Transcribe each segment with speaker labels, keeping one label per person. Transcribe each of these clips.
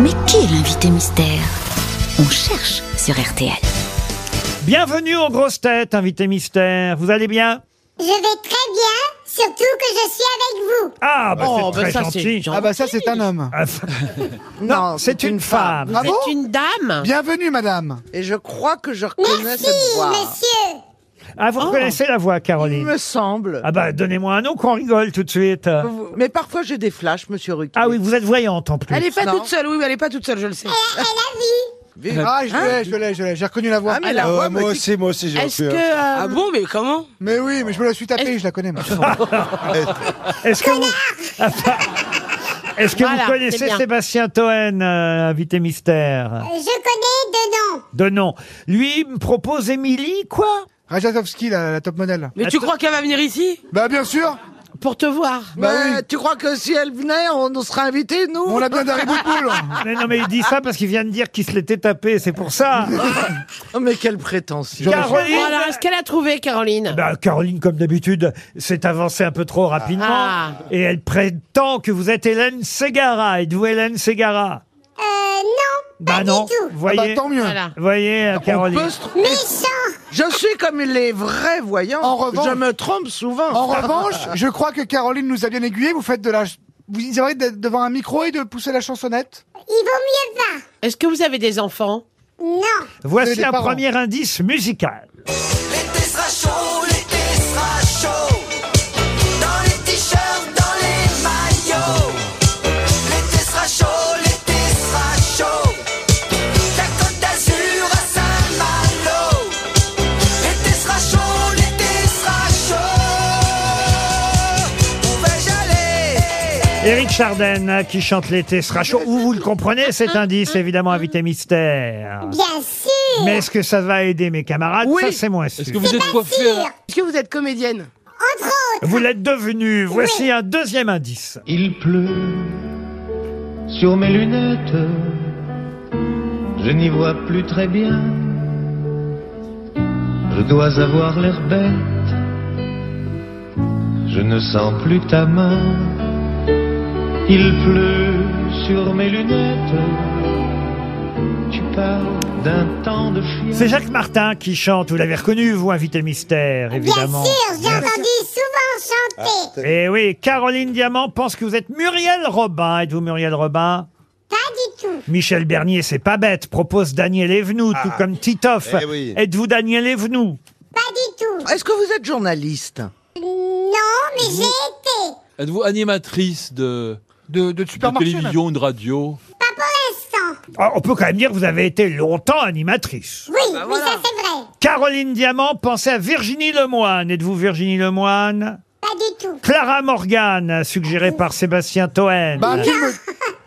Speaker 1: Mais qui est l'invité mystère On cherche sur RTL.
Speaker 2: Bienvenue aux grosses têtes, invité mystère. Vous allez bien
Speaker 3: Je vais très bien, surtout que je suis avec vous.
Speaker 2: Ah, bah,
Speaker 4: Oh,
Speaker 2: c'est
Speaker 4: bah,
Speaker 2: très
Speaker 4: ça,
Speaker 2: gentil.
Speaker 4: c'est gentil.
Speaker 5: Ah bah ça c'est un homme.
Speaker 2: Ah, non, c'est une, femme.
Speaker 5: Ah
Speaker 4: C'est
Speaker 5: bon
Speaker 4: une dame
Speaker 5: Bienvenue madame.
Speaker 6: Et je crois que je
Speaker 5: Ah,
Speaker 6: reconnais
Speaker 3: Merci,
Speaker 6: cette voix.
Speaker 3: monsieur.
Speaker 2: Ah,
Speaker 4: Oh.
Speaker 2: vous reconnaissez la voix,
Speaker 6: Il
Speaker 2: Caroline
Speaker 6: me semble.
Speaker 2: Ah bah, donnez-moi un nom qu'on rigole tout de suite.
Speaker 6: Mais parfois j'ai des flashs, monsieur Ruquier.
Speaker 2: Ah oui, vous êtes voyante en plus.
Speaker 4: Elle est pas
Speaker 6: Non.
Speaker 4: toute seule, oui, mais elle est pas toute seule, je le sais.
Speaker 3: Elle a vu.
Speaker 5: Ah je l'ai, je l'ai, je l'ai, j'ai reconnu la voix.
Speaker 6: Ah, mais la
Speaker 5: Euh,
Speaker 6: voix me
Speaker 5: moi
Speaker 6: dit-
Speaker 5: aussi.
Speaker 7: C'est moi aussi, j'ai
Speaker 4: Est-ce que.
Speaker 7: reçu, hein.
Speaker 4: euh,
Speaker 6: Ah bon, mais comment
Speaker 5: Mais oui, mais je me la suis tapée, je la connais. moi.
Speaker 2: Est-ce que vous, Ah, bah, Est-ce que
Speaker 4: Voilà,
Speaker 2: vous connaissez
Speaker 4: c'est bien.
Speaker 2: Sébastien Toen, euh, invité mystère
Speaker 3: Je connais deux noms.
Speaker 2: De nom. Lui, il me propose Émilie, quoi
Speaker 5: Rajatowski la, la top modèle.
Speaker 4: Mais tu crois qu'elle va venir ici
Speaker 5: Bah bien sûr.
Speaker 4: Pour te voir
Speaker 5: Bah
Speaker 6: Ouais,
Speaker 5: oui.
Speaker 6: Ben Tu crois que si elle venait, on, on serait invités, nous
Speaker 5: On a bien d'Harry Boutboul. Ah,
Speaker 4: Ah.
Speaker 2: mais Non, mais il dit ça parce qu'il vient de dire qu'il se l'était tapé, c'est pour ça.
Speaker 6: Oh, Mais quelle prétention.
Speaker 2: Caroline
Speaker 4: Voilà, est-ce qu'elle a trouvé, Caroline
Speaker 2: Bah, Caroline, comme d'habitude, s'est avancée un peu trop rapidement.
Speaker 4: Ah.
Speaker 2: Et elle prétend que vous êtes Hélène Ségara. Êtes-vous Hélène Ségara
Speaker 3: Euh, non, pas
Speaker 2: non.
Speaker 3: du tout.
Speaker 5: Ah bah
Speaker 2: Voyez,
Speaker 5: tant mieux.
Speaker 4: Voilà.
Speaker 2: voyez, euh,
Speaker 6: On
Speaker 2: Caroline.
Speaker 6: peut se tromper.
Speaker 3: Méchant.
Speaker 6: Je suis comme les vrais voyants.
Speaker 5: En revanche-
Speaker 6: je me trompe souvent.
Speaker 5: En revanche, je crois que Caroline nous a bien aiguillé. Vous faites de la, vous avez d'être devant un micro et de pousser la chansonnette.
Speaker 3: Il vaut mieux pas.
Speaker 4: Est-ce que vous avez des enfants
Speaker 3: Non.
Speaker 5: Vous avez
Speaker 2: Voici
Speaker 5: des
Speaker 2: un
Speaker 5: parents.
Speaker 2: premier indice musical.
Speaker 8: L'été sera chaud, l'été sera chaud. Dans les t-shirts, dans les maillots. L'été sera chaud, l'été sera chaud. La côte d'Azur à Saint-Malo. L'été sera chaud, l'été sera chaud. Où vais-je aller
Speaker 2: Éric Charden euh, qui chante l'été sera chaud. Ou vous le comprenez cet
Speaker 3: Hein,
Speaker 2: indice, évidemment, invité mystère.
Speaker 3: Bien sûr.
Speaker 2: Mais est-ce que ça va aider mes camarades Ça, c'est moins sûr. Vous,
Speaker 3: Pas sûr.
Speaker 4: Est-ce que vous êtes comédienne
Speaker 3: Entre autres.
Speaker 2: l'êtes devenu. Voici un deuxième indice.
Speaker 9: Il pleut sur mes lunettes, je n'y vois plus très bien. Je dois avoir l'air bête, je ne sens plus ta main. Il pleut sur mes lunettes, tu parles d'un temps de fièvre.
Speaker 2: C'est Jacques Martin qui chante. Vous l'avez reconnu, vous, invité mystère, évidemment.
Speaker 3: Bien sûr, j'ai entendu souvent chanter.
Speaker 2: Eh oui, Caroline Diamant pense que vous êtes Muriel Robin. Êtes-vous Muriel Robin
Speaker 3: Pas du tout.
Speaker 2: Michel Bernier, c'est pas bête, propose Daniel Evenou, tout comme Titoff.
Speaker 7: Ah. Eh oui.
Speaker 2: Êtes-vous Daniel Evenou
Speaker 3: Pas du tout.
Speaker 6: Est-ce que vous êtes journaliste
Speaker 3: Non, mais j'ai été.
Speaker 10: Êtes-vous animatrice de,
Speaker 5: De, de
Speaker 10: de
Speaker 5: supermarché. même.
Speaker 10: télévision, de radio
Speaker 3: Pas pour l'instant.
Speaker 2: Ah, On peut quand même dire que vous avez été longtemps animatrice.
Speaker 3: Oui, oui, ça c'est vrai.
Speaker 2: Caroline Diamant, pensez à Virginie Lemoine. Êtes-vous Virginie Lemoine
Speaker 3: Pas du tout.
Speaker 2: Clara Morgan, suggérée par Sébastien Toen.
Speaker 5: Bah un film,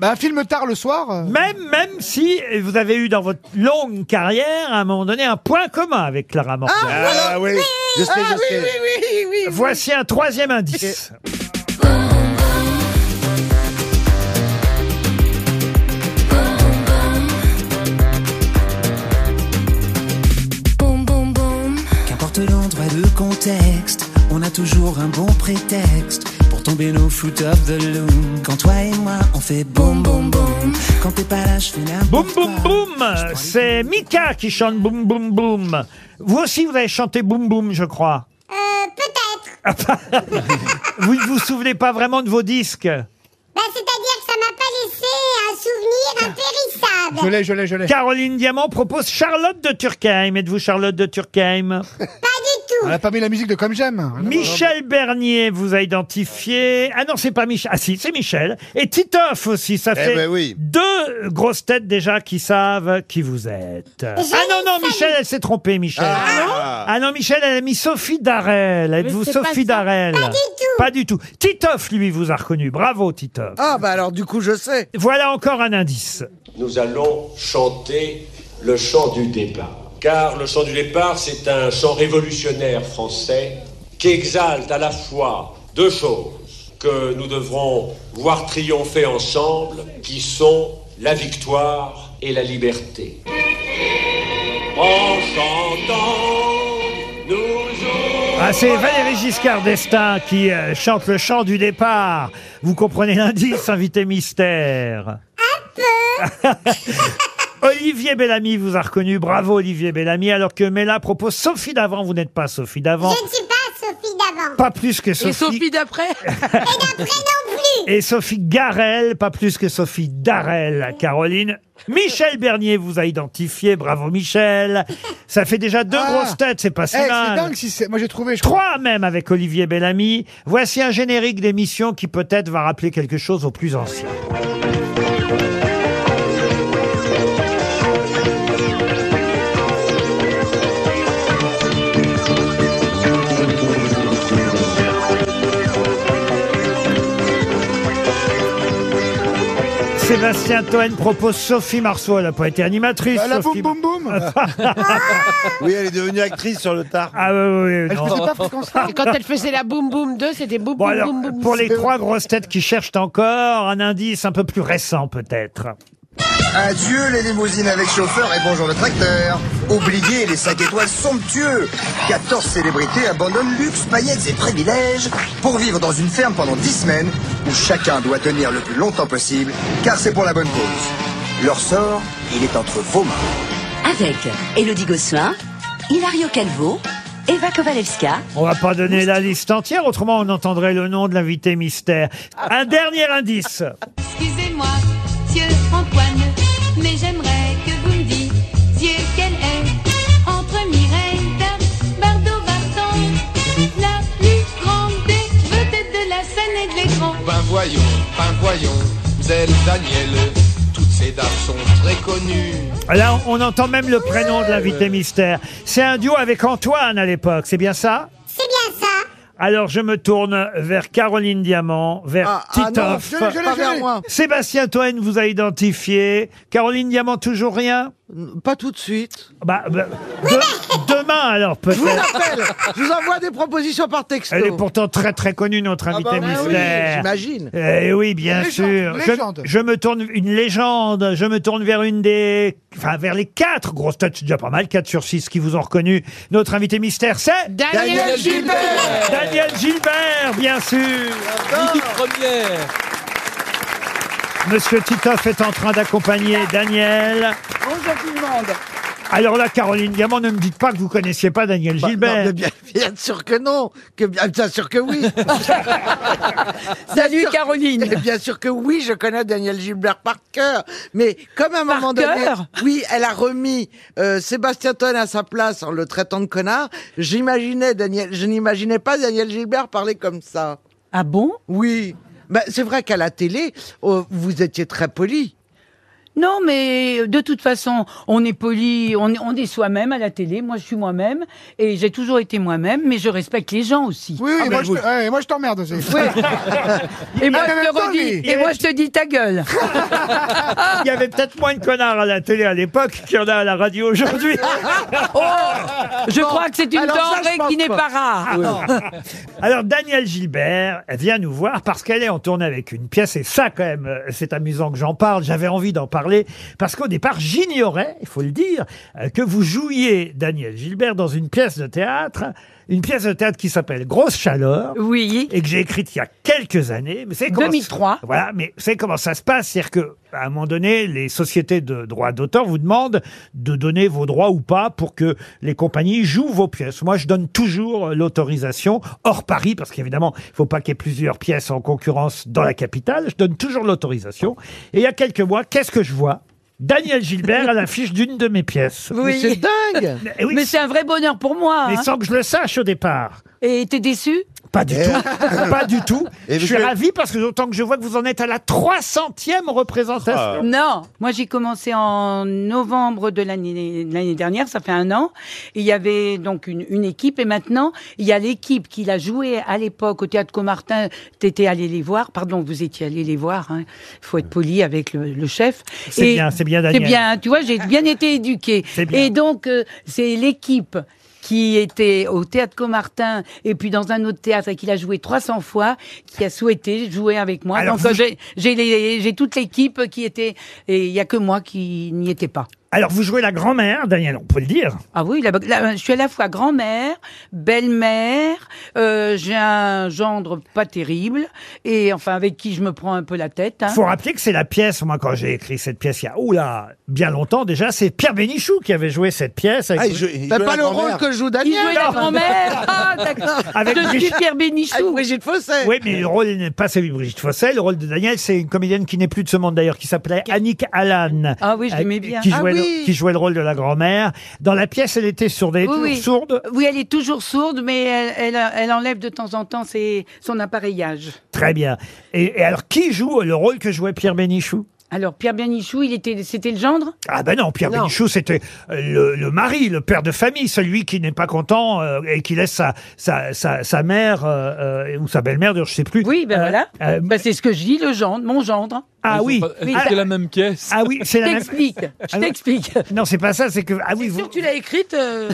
Speaker 5: bah, un film tard le soir. euh.
Speaker 2: Même, même si vous avez eu dans votre longue carrière, à un moment donné, un point commun avec Clara Morgan.
Speaker 7: Ah oui, je sais, je sais.
Speaker 2: Voici un troisième indice.
Speaker 1: Boum, boum, boum.
Speaker 8: Qu'importe l'endroit et le contexte, on a toujours un bon prétexte pour tomber nos flou top the loom. Quand toi et moi on fait boum boum boum, quand t'es pas là je fais n'importe
Speaker 2: Boum boum
Speaker 8: quoi.
Speaker 2: boum C'est Mika qui chante boum boum boum. Vous aussi, vous avez chanté boum boum, je crois.
Speaker 3: Euh, peut-être.
Speaker 2: Vous ne vous souvenez pas vraiment de vos disques.
Speaker 3: Bah, c'est-à-dire que ça m'a pas laissé un souvenir impérissable.
Speaker 5: Je l'ai, je l'ai, je l'ai.
Speaker 2: Caroline Diamant propose Charlotte de Turckheim. Êtes-vous Charlotte de Turckheim
Speaker 5: On
Speaker 3: Pas
Speaker 5: a pas mis la musique de Comme J'aime.
Speaker 2: Michel Bernier vous a identifié. Ah non, c'est pas Michel. Ah si, c'est Michel. Et Titoff aussi, ça
Speaker 7: Eh
Speaker 2: fait
Speaker 7: ben oui.
Speaker 2: deux grosses têtes déjà qui savent qui vous êtes. ah non, non, Michel, elle s'est trompée, Michel.
Speaker 7: Ah,
Speaker 2: Ah non, Michel, elle a mis Sophie Darel. Êtes-vous
Speaker 4: c'est pas
Speaker 2: Sophie
Speaker 4: ça.
Speaker 2: Darel Pas
Speaker 3: du tout.
Speaker 2: tout. Titoff, lui, vous a reconnu. Bravo, Titoff.
Speaker 11: Oh.
Speaker 6: Ah bah alors du coup je sais.
Speaker 2: Voilà encore un indice.
Speaker 9: Nous allons chanter le chant du départ. Car le chant du départ, c'est un chant révolutionnaire français qui exalte à la fois deux choses que nous devrons voir triompher ensemble, qui sont la victoire et la liberté. En chantant, nous
Speaker 2: Ah, c'est Valérie Giscard d'Estaing qui euh, chante le chant du départ. Vous comprenez l'indice, invité mystère.
Speaker 3: Un peu.
Speaker 2: Olivier Bellamy vous a reconnu. Bravo, Olivier Bellamy. Alors que Mela propose Sophie d'avant. Vous n'êtes pas Sophie d'avant.
Speaker 3: Je ne suis pas Sophie d'avant.
Speaker 2: Pas plus que Sophie.
Speaker 4: Et Sophie d'après
Speaker 2: Et Sophie Garel, pas plus que Sophie Darel, Caroline. Michel Bernier vous a identifié, bravo Michel. Ça fait déjà deux
Speaker 5: Ah.
Speaker 2: grosses têtes, c'est pas si
Speaker 5: Eh, c'est
Speaker 2: mal.
Speaker 5: dingue si c'est. Moi j'ai trouvé. Je crois.
Speaker 2: Trois même avec Olivier Bellamy. Voici un générique d'émission qui peut-être va rappeler quelque chose aux plus anciens. Sébastien Toen propose Sophie Marceau, elle n'a pas été animatrice.
Speaker 5: Ah, La boum
Speaker 2: Sophie-
Speaker 5: boum boum.
Speaker 7: Oui, elle est devenue actrice sur le tard.
Speaker 2: Ah oui, oui, oui,
Speaker 5: Elle
Speaker 2: non.
Speaker 5: faisait pas fréquence
Speaker 2: Ah,
Speaker 5: Star.
Speaker 4: Et quand elle faisait la boum boum 2, c'était boum
Speaker 2: Bon
Speaker 4: boum
Speaker 2: alors,
Speaker 4: boum boum.
Speaker 2: pour les trois grosses têtes qui cherchent encore, un indice un peu plus récent peut-être.
Speaker 8: Adieu les limousines avec chauffeur et bonjour le tracteur. Oubliez les 5 étoiles somptueux. 14 célébrités abandonnent luxe, paillettes et privilèges pour vivre dans une ferme pendant 10 semaines où chacun doit tenir le plus longtemps possible car c'est pour la bonne cause. Leur sort, il est entre vos mains.
Speaker 1: Avec Elodie Gossuin, Hilario Calvo, Eva Kovalevska.
Speaker 2: On va pas donner la liste entière, autrement on entendrait le nom de l'invité mystère. Un dernier indice.
Speaker 11: Excusez-moi, monsieur Antoine, mais j'aimerais que vous me disiez quelle est, entre Mireille Bardot Barton, la plus grande des vedettes de la scène et de l'écran.
Speaker 9: Ben voyons, ben voyons, Zelle Daniel, toutes ces dames sont très connues.
Speaker 2: Là on entend même le prénom de l'invité mystère. C'est un duo avec Antoine à l'époque, c'est bien ça
Speaker 3: C'est bien ça.
Speaker 2: Alors je me tourne vers Caroline Diamant, vers
Speaker 6: Ah, ah non,
Speaker 2: Titoff.
Speaker 6: je l'ai, je l'ai, Pas je vers l'ai. moi.
Speaker 2: Sébastien Toen vous a identifié. Caroline Diamant toujours rien
Speaker 6: Pas tout de suite.
Speaker 2: Bah, bah, de- demain alors
Speaker 6: Je vous
Speaker 2: peut-être.
Speaker 6: appelle. Je vous envoie des propositions par texto.
Speaker 2: Elle est pourtant très très connue, notre
Speaker 6: Ah
Speaker 2: invitée
Speaker 6: bah oui,
Speaker 2: mystère.
Speaker 6: J'imagine.
Speaker 2: Eh oui, bien
Speaker 5: Légende,
Speaker 2: sûr. Je-
Speaker 5: légende.
Speaker 2: Je, me tourne une légende. Je me tourne vers une des, enfin vers les quatre grosses têtes, c'est déjà pas mal, quatre sur six qui vous ont reconnu. Notre invité mystère, c'est
Speaker 4: Daniel
Speaker 10: Daniel
Speaker 4: Gilbert
Speaker 10: Gilbert
Speaker 2: Daniel Gilbert, bien sûr.
Speaker 10: Midi première
Speaker 2: Monsieur Titoff est en train d'accompagner Daniel.
Speaker 6: Bonjour tout le monde.
Speaker 2: Alors là, Caroline Diamant, ne me dites pas que vous connaissiez pas Daniel
Speaker 6: Bah, non,
Speaker 2: Gilbert.
Speaker 6: mais bien, bien sûr que non. Que, bien, bien sûr que oui.
Speaker 4: Salut
Speaker 6: Et
Speaker 4: Caroline
Speaker 6: bien sûr que oui, je connais Daniel Gilbert par cœur. Mais comme à un moment donné,
Speaker 4: cœur
Speaker 6: oui, elle a remis euh, Sébastien Toen à sa place en le traitant de connard. J'imaginais Daniel, je n'imaginais pas Daniel Gilbert parler comme ça.
Speaker 11: Ah bon
Speaker 6: Oui. Bah, c'est vrai qu'à la télé, euh, vous étiez très poli.
Speaker 11: Non, mais euh, de toute façon, on est poli, on, est- on est soi-même à la télé. Moi, je suis moi-même et j'ai toujours été moi-même, mais je respecte les gens aussi.
Speaker 5: Oui, oui, moi, je, te- ouais, moi je t'emmerde aussi. Ah,
Speaker 11: Et moi,
Speaker 5: mais en
Speaker 11: je
Speaker 5: même
Speaker 11: te
Speaker 5: temps,
Speaker 11: redis,
Speaker 5: lui-
Speaker 11: et moi, je te dis ta gueule.
Speaker 2: Il y avait peut-être moins de connards à la télé à l'époque qu'il y en a à la radio aujourd'hui.
Speaker 11: Oh, je crois que c'est une
Speaker 6: alors ça, je
Speaker 11: denrée
Speaker 6: pense
Speaker 11: qui n'est
Speaker 6: pas. Ah,
Speaker 11: pas rare.
Speaker 2: Alors Daniel Gilbert vient nous voir parce qu'elle est en tournée avec une pièce et ça quand même euh, c'est amusant que j'en parle, j'avais envie d'en parler parce qu'au départ j'ignorais, il faut le dire, euh, que vous jouiez Daniel Gilbert dans une pièce de théâtre, une pièce de théâtre qui s'appelle Grosse chaleur
Speaker 11: Oui.
Speaker 2: et que j'ai écrite il y a quelques années. Mais c'est comment-
Speaker 11: 2003.
Speaker 2: Voilà, mais c'est comment ça se passe, c'est-à-dire que à un moment donné, les sociétés de droits d'auteur vous demandent de donner vos droits ou pas pour que les compagnies jouent vos pièces. Moi, je donne toujours euh, l'autorisation hors Paris, parce qu'évidemment, il faut pas qu'il y ait plusieurs pièces en concurrence dans la capitale. Je donne toujours l'autorisation. Et il y a quelques mois, qu'est-ce que je vois Daniel Gilbert à l'affiche d'une de mes pièces.
Speaker 6: Mais c'est
Speaker 11: Oui.
Speaker 6: dingue.
Speaker 2: Eh oui,
Speaker 11: Mais c'est un vrai bonheur pour moi.
Speaker 2: mais
Speaker 11: hein.
Speaker 2: sans que je le sache au départ.
Speaker 11: Et t'es déçu
Speaker 2: Pas du tout. pas du tout.
Speaker 7: Et
Speaker 2: je suis
Speaker 7: vous-
Speaker 2: ravi parce que d'autant que je vois que vous en êtes à la 300e représentation.
Speaker 7: Ah.
Speaker 11: Non, moi j'ai commencé en novembre de l'année de l'année dernière, ça fait un an. Il y avait donc une, une équipe et maintenant il y a l'équipe qui l'a joué à l'époque au théâtre Comartin. T'étais allé les voir, pardon, vous étiez allé les voir. Il faut être poli avec le, le chef.
Speaker 2: C'est
Speaker 11: Et
Speaker 2: bien, c'est bien,
Speaker 11: C'est
Speaker 2: Daniel.
Speaker 11: bien, tu vois, j'ai bien été éduquée.
Speaker 2: C'est bien.
Speaker 11: Et donc euh, c'est l'équipe qui était au théâtre Comartin et puis dans un autre théâtre et qui l'a joué 300 fois, qui a souhaité jouer avec moi.
Speaker 2: Alors,
Speaker 11: Donc, euh,
Speaker 2: vous-
Speaker 11: j'ai- j'ai les- j'ai toute l'équipe qui était et il y a que moi qui n'y était pas.
Speaker 2: Alors, vous jouez la grand-mère, Daniel, on peut le dire.
Speaker 11: Ah oui, la- la- je suis à la fois grand-mère, belle-mère, euh, j'ai un gendre pas terrible, et enfin avec qui je me prends un peu la tête. hein.
Speaker 2: faut rappeler que c'est la pièce, moi, quand j'ai écrit cette pièce, il y a, oula, bien longtemps déjà, c'est Pierre Bénichou qui avait joué cette pièce. avec-
Speaker 7: Ah, il jouait- il Bah, jouait pas la le rôle grand-mère. que joue Daniel.
Speaker 11: Il jouait la
Speaker 2: Non.
Speaker 11: grand-mère. Ah, d'accord.
Speaker 2: Avec
Speaker 11: Je suis
Speaker 2: Brigitte- Ah
Speaker 11: Pierre Bénichou. Avec
Speaker 6: Brigitte Fosset.
Speaker 2: Oui, mais le rôle n'est pas celui de Brigitte Fosset. Le rôle de Daniel, c'est une comédienne qui n'est plus de ce monde d'ailleurs, qui s'appelait Annick Allan.
Speaker 11: Ah oui, je
Speaker 2: euh,
Speaker 11: l'aimais bien.
Speaker 2: Qui
Speaker 11: Ah
Speaker 2: jouait, le-
Speaker 11: oui.
Speaker 2: qui jouait le rôle de la grand-mère. Dans la pièce, elle était sourde. Elle est
Speaker 11: Oui,
Speaker 2: toujours
Speaker 11: oui.
Speaker 2: sourde.
Speaker 11: Oui, elle est toujours sourde, mais elle, elle- elle enlève de temps en temps ses- son appareillage.
Speaker 2: Très bien. Et, et alors, qui joue le rôle que jouait Pierre Bénichou
Speaker 11: Alors, Pierre Bénichou, il était, c'était le gendre
Speaker 2: ah ben non, Pierre
Speaker 11: Non.
Speaker 2: Bénichou, c'était euh, le, le mari, le père de famille, celui qui n'est pas content euh, et qui laisse sa, sa, sa, sa mère euh, euh, ou sa belle-mère, d'ailleurs, je sais plus.
Speaker 11: Oui, ben voilà.
Speaker 2: euh,
Speaker 11: Ben, c'est ce que je dis, le gendre, mon gendre.
Speaker 2: Ah oui.
Speaker 11: Ah,
Speaker 2: même pièce. Ah oui, c'est
Speaker 11: Je
Speaker 2: la même.
Speaker 11: t'explique, je
Speaker 2: Ah non.
Speaker 11: t'explique.
Speaker 2: Non, c'est pas ça, c'est que ah oui, vous...
Speaker 4: Tu l'as écrite euh,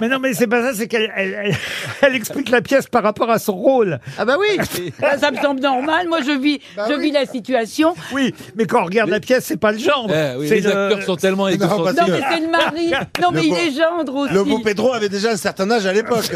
Speaker 2: mais non, mais c'est pas ça, c'est qu'elle elle, elle- elle explique la pièce par rapport à son rôle.
Speaker 6: Ah bah oui.
Speaker 11: Ben, ça me semble normal. Moi, je vis, je vis la situation.
Speaker 2: Oui, mais quand on regarde la pièce, c'est pas le genre.
Speaker 10: Eh oui,
Speaker 2: C'est
Speaker 10: les
Speaker 2: le-
Speaker 10: acteurs sont tellement
Speaker 7: Non, parce
Speaker 11: Non,
Speaker 7: que-
Speaker 11: mais c'est le mari. Non, mais
Speaker 7: Le
Speaker 11: il
Speaker 7: beau-
Speaker 11: est gendre aussi.
Speaker 7: Le beau Pedro avait déjà un certain âge à l'époque.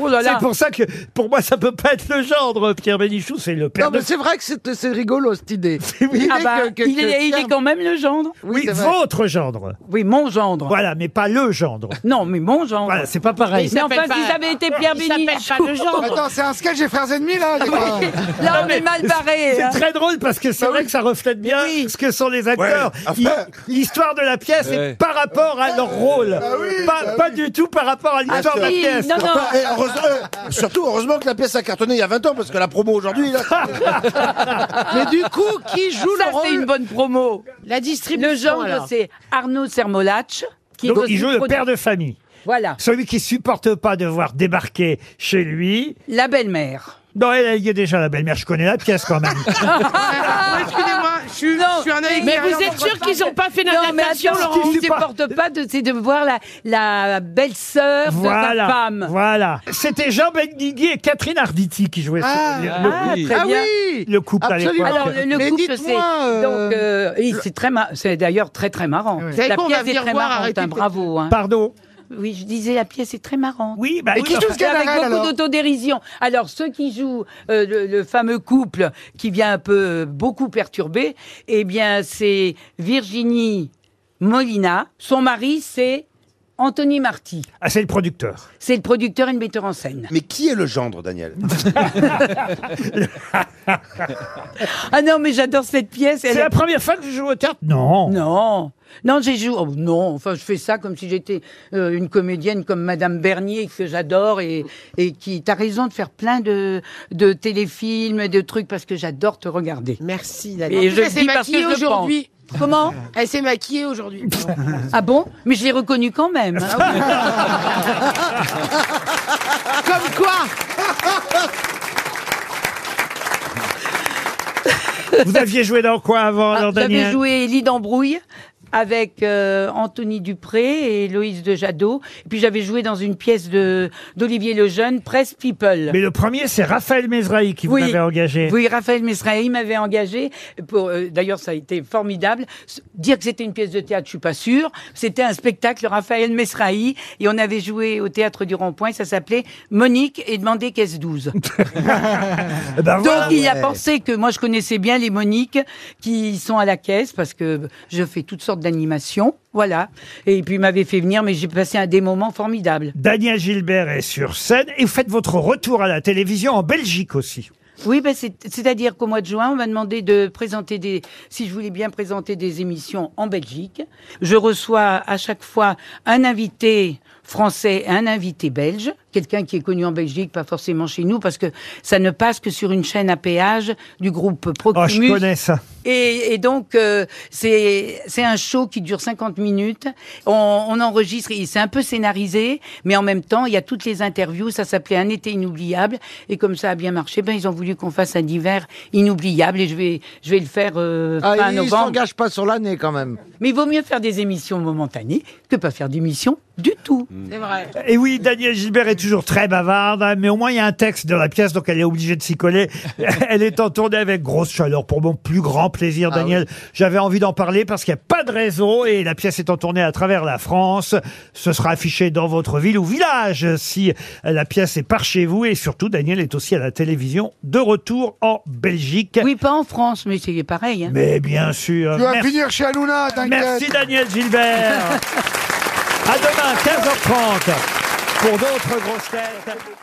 Speaker 11: Oh là là.
Speaker 2: C'est pour ça que pour moi ça peut pas être le gendre. Pierre Bénichou, c'est le père
Speaker 6: Non,
Speaker 2: de.
Speaker 6: mais c'est vrai que c'est c'est rigolo cette idée. L'idée
Speaker 11: Ah bah,
Speaker 6: que- que-
Speaker 11: il, est,
Speaker 6: que-
Speaker 11: il est quand même le gendre.
Speaker 2: Oui,
Speaker 6: c'est vrai.
Speaker 2: votre gendre.
Speaker 11: Oui, mon gendre.
Speaker 2: Voilà, mais pas le gendre.
Speaker 11: Non, mais mon gendre.
Speaker 2: Voilà, c'est pas pareil.
Speaker 11: Mais enfin,
Speaker 4: s'appelle
Speaker 11: s'ils
Speaker 4: pas-
Speaker 11: avaient été Pierre
Speaker 4: il s'appelle
Speaker 11: Bénichou.
Speaker 4: pas le gendre.
Speaker 5: Attends, c'est un sketch des frères ennemis là j'ai pas-
Speaker 11: Là, on est mal barré. hein.
Speaker 2: C'est très drôle parce que c'est vrai que ça reflète bien ce que sont les acteurs.
Speaker 7: Ouais, enfin-
Speaker 2: Hi- L'histoire de la pièce est
Speaker 10: Ouais.
Speaker 2: par rapport à leur rôle.
Speaker 5: oui,
Speaker 2: pas
Speaker 5: bah
Speaker 2: pas du tout par rapport à l'histoire de la
Speaker 11: Ah, si,
Speaker 2: pièce.
Speaker 11: non, non.
Speaker 7: Enfin, eh, heureusement- euh, surtout, heureusement que la pièce a cartonné il y a 20 ans, parce que la promo aujourd'hui, là,
Speaker 6: Mais du coup, qui joue
Speaker 11: Ah. Ça,
Speaker 6: le rôle
Speaker 11: c'est une bonne promo.
Speaker 4: La distribution.
Speaker 11: Le gendre,
Speaker 4: alors.
Speaker 11: c'est Arnaud Sermolach. Qui
Speaker 2: Donc,
Speaker 11: est aussi
Speaker 2: il joue le
Speaker 11: produ-
Speaker 2: père de famille.
Speaker 11: Voilà,
Speaker 2: Celui qui supporte pas de voir débarquer chez lui.
Speaker 11: la belle-mère.
Speaker 2: Non, elle, elle y est déjà la belle-mère. Je connais la pièce quand même.
Speaker 12: Excusez-moi, je suis,
Speaker 11: Non,
Speaker 12: je suis un
Speaker 11: mais
Speaker 4: Mais
Speaker 12: aïe.
Speaker 11: rien
Speaker 4: vous êtes
Speaker 11: dans
Speaker 4: sûr
Speaker 11: votre
Speaker 4: qu'ils ont pas fait l'adaptation,
Speaker 11: attends,
Speaker 4: Laurent
Speaker 11: ce
Speaker 2: Laurent,
Speaker 11: qu'il
Speaker 2: c'est pas-
Speaker 11: supporte pas, de- c'est de voir la, la belle-sœur de sa
Speaker 2: voilà.
Speaker 11: femme.
Speaker 2: Voilà. C'était Jean Benguigui et Catherine Arditi qui jouaient ce-
Speaker 6: Ah,
Speaker 2: le,
Speaker 10: ah,
Speaker 2: le-
Speaker 10: oui.
Speaker 11: Très
Speaker 6: Ah
Speaker 11: bien.
Speaker 6: oui
Speaker 2: le couple
Speaker 6: Absolument.
Speaker 2: à l'époque.
Speaker 11: Alors le, le
Speaker 6: Mais
Speaker 11: couple, c'est
Speaker 6: dites-moi, euh, Ah
Speaker 11: donc euh, et c'est très mar- c'est d'ailleurs très très marrant.
Speaker 12: savez
Speaker 11: La
Speaker 12: quoi, on va
Speaker 11: pièce est
Speaker 12: venir
Speaker 11: très
Speaker 12: voir,
Speaker 11: marrante,
Speaker 12: arrêtez
Speaker 11: hein,
Speaker 12: de-
Speaker 11: bravo. hein.
Speaker 2: Pardon.
Speaker 11: Oui, je disais la pièce est très marrante.
Speaker 2: Oui, bah,
Speaker 5: Mais
Speaker 2: oui,
Speaker 5: qui
Speaker 2: enfin,
Speaker 5: joue ce gars
Speaker 11: Avec
Speaker 5: d'Arel,
Speaker 11: beaucoup
Speaker 5: alors
Speaker 11: d'autodérision. Alors, ceux qui jouent euh, le, le fameux couple qui vient un peu euh, beaucoup perturbé, eh bien, c'est Virginie Molina. Son mari, c'est Anthony Marty.
Speaker 2: ah, c'est le producteur.
Speaker 11: C'est le producteur et le metteur en scène.
Speaker 7: Mais qui est le gendre, Daniel
Speaker 11: Ah non, mais j'adore cette pièce.
Speaker 2: C'est
Speaker 11: Elle
Speaker 2: la première fois que je joue au théâtre Non.
Speaker 11: Non, non, j'ai joué. oh, non, enfin, je fais ça comme si j'étais euh, une comédienne comme Madame Bernier que j'adore et, et qui. T'as raison de faire plein de, de téléfilms, et de trucs parce que j'adore te regarder.
Speaker 4: Merci,
Speaker 11: Et
Speaker 4: Daniel.
Speaker 11: je
Speaker 12: Elle s'est
Speaker 11: dis parce
Speaker 12: maquillée
Speaker 11: que je le
Speaker 12: aujourd'hui.
Speaker 11: Comment
Speaker 12: Elle s'est maquillée aujourd'hui.
Speaker 11: Ah bon Mais je l'ai reconnu quand même. hein.
Speaker 12: Comme quoi
Speaker 2: Vous aviez joué dans quoi avant,
Speaker 11: Ah,
Speaker 2: alors,
Speaker 11: J'avais
Speaker 2: Daniel
Speaker 11: joué Lydie d'embrouille avec euh, Anthony Dupré et Loïse de Jadot. Et puis j'avais joué dans une pièce de d'Olivier Lejeune, Press People.
Speaker 2: Mais le premier, c'est Raphaël Mesrahi qui
Speaker 11: Oui.
Speaker 2: vous avait engagé.
Speaker 11: Oui, Raphaël Mesrahi m'avait engagé. Pour, euh, d'ailleurs, ça a été formidable. S- Dire que c'était une pièce de théâtre, je suis pas sûre. C'était un spectacle Raphaël Mesrahi et on avait joué au théâtre du Rond-Point. Ça s'appelait Monique et demander qu'est-ce 12.
Speaker 2: Eh
Speaker 6: Ah,
Speaker 2: ben,
Speaker 11: Donc
Speaker 2: voilà.
Speaker 11: il a pensé que moi je connaissais bien les Moniques qui sont à la caisse parce que je fais toutes sortes d'animations, voilà. Et puis il m'avait fait venir, mais j'ai passé un des moments formidables.
Speaker 2: Daniel Gilbert est sur scène et vous faites votre retour à la télévision en Belgique aussi.
Speaker 11: Oui, ben, c'est- c'est-à-dire qu'au mois de juin, on m'a demandé de présenter des, si je voulais bien présenter des émissions en Belgique. Je reçois à chaque fois un invité français et un invité belge, quelqu'un qui est connu en Belgique, pas forcément chez nous, parce que ça ne passe que sur une chaîne à péage du groupe
Speaker 2: Oh, je
Speaker 11: Proximus.
Speaker 2: connais ça.
Speaker 11: Et, et donc, euh, c'est c'est un show qui dure 50 minutes. On, on enregistre, et c'est un peu scénarisé, mais en même temps, il y a toutes les interviews. Ça s'appelait Un été inoubliable. Et comme ça a bien marché, ben, ils ont voulu qu'on fasse un hiver inoubliable. Et je vais, je vais le faire euh,
Speaker 6: Ah,
Speaker 11: fin
Speaker 6: il ne
Speaker 11: novembre.
Speaker 6: s'engage pas sur l'année quand même.
Speaker 11: Mais il vaut mieux faire des émissions momentanées que pas faire d'émissions du tout.
Speaker 12: C'est vrai.
Speaker 2: Et oui, Daniel Gilbert est toujours très bavarde, hein, mais au moins il y a un texte dans la pièce, donc elle est obligée de s'y coller. Elle est en tournée avec grosse chaleur pour mon plus grand plaisir, Daniel. J'avais envie d'en parler parce qu'il n'y a pas de réseau et la pièce étant tournée à travers la France, ce sera affiché dans votre ville ou village si la pièce est par chez vous. Et surtout, Daniel est aussi à la télévision de retour en Belgique.
Speaker 11: Oui, pas en France, mais c'est pareil. hein.
Speaker 2: Mais bien sûr.
Speaker 5: Tu vas
Speaker 2: merci-
Speaker 5: finir chez Hanouna, t'inquiète.
Speaker 2: Merci Daniel Gilbert. à demain, 15h30, pour d'autres grosses têtes.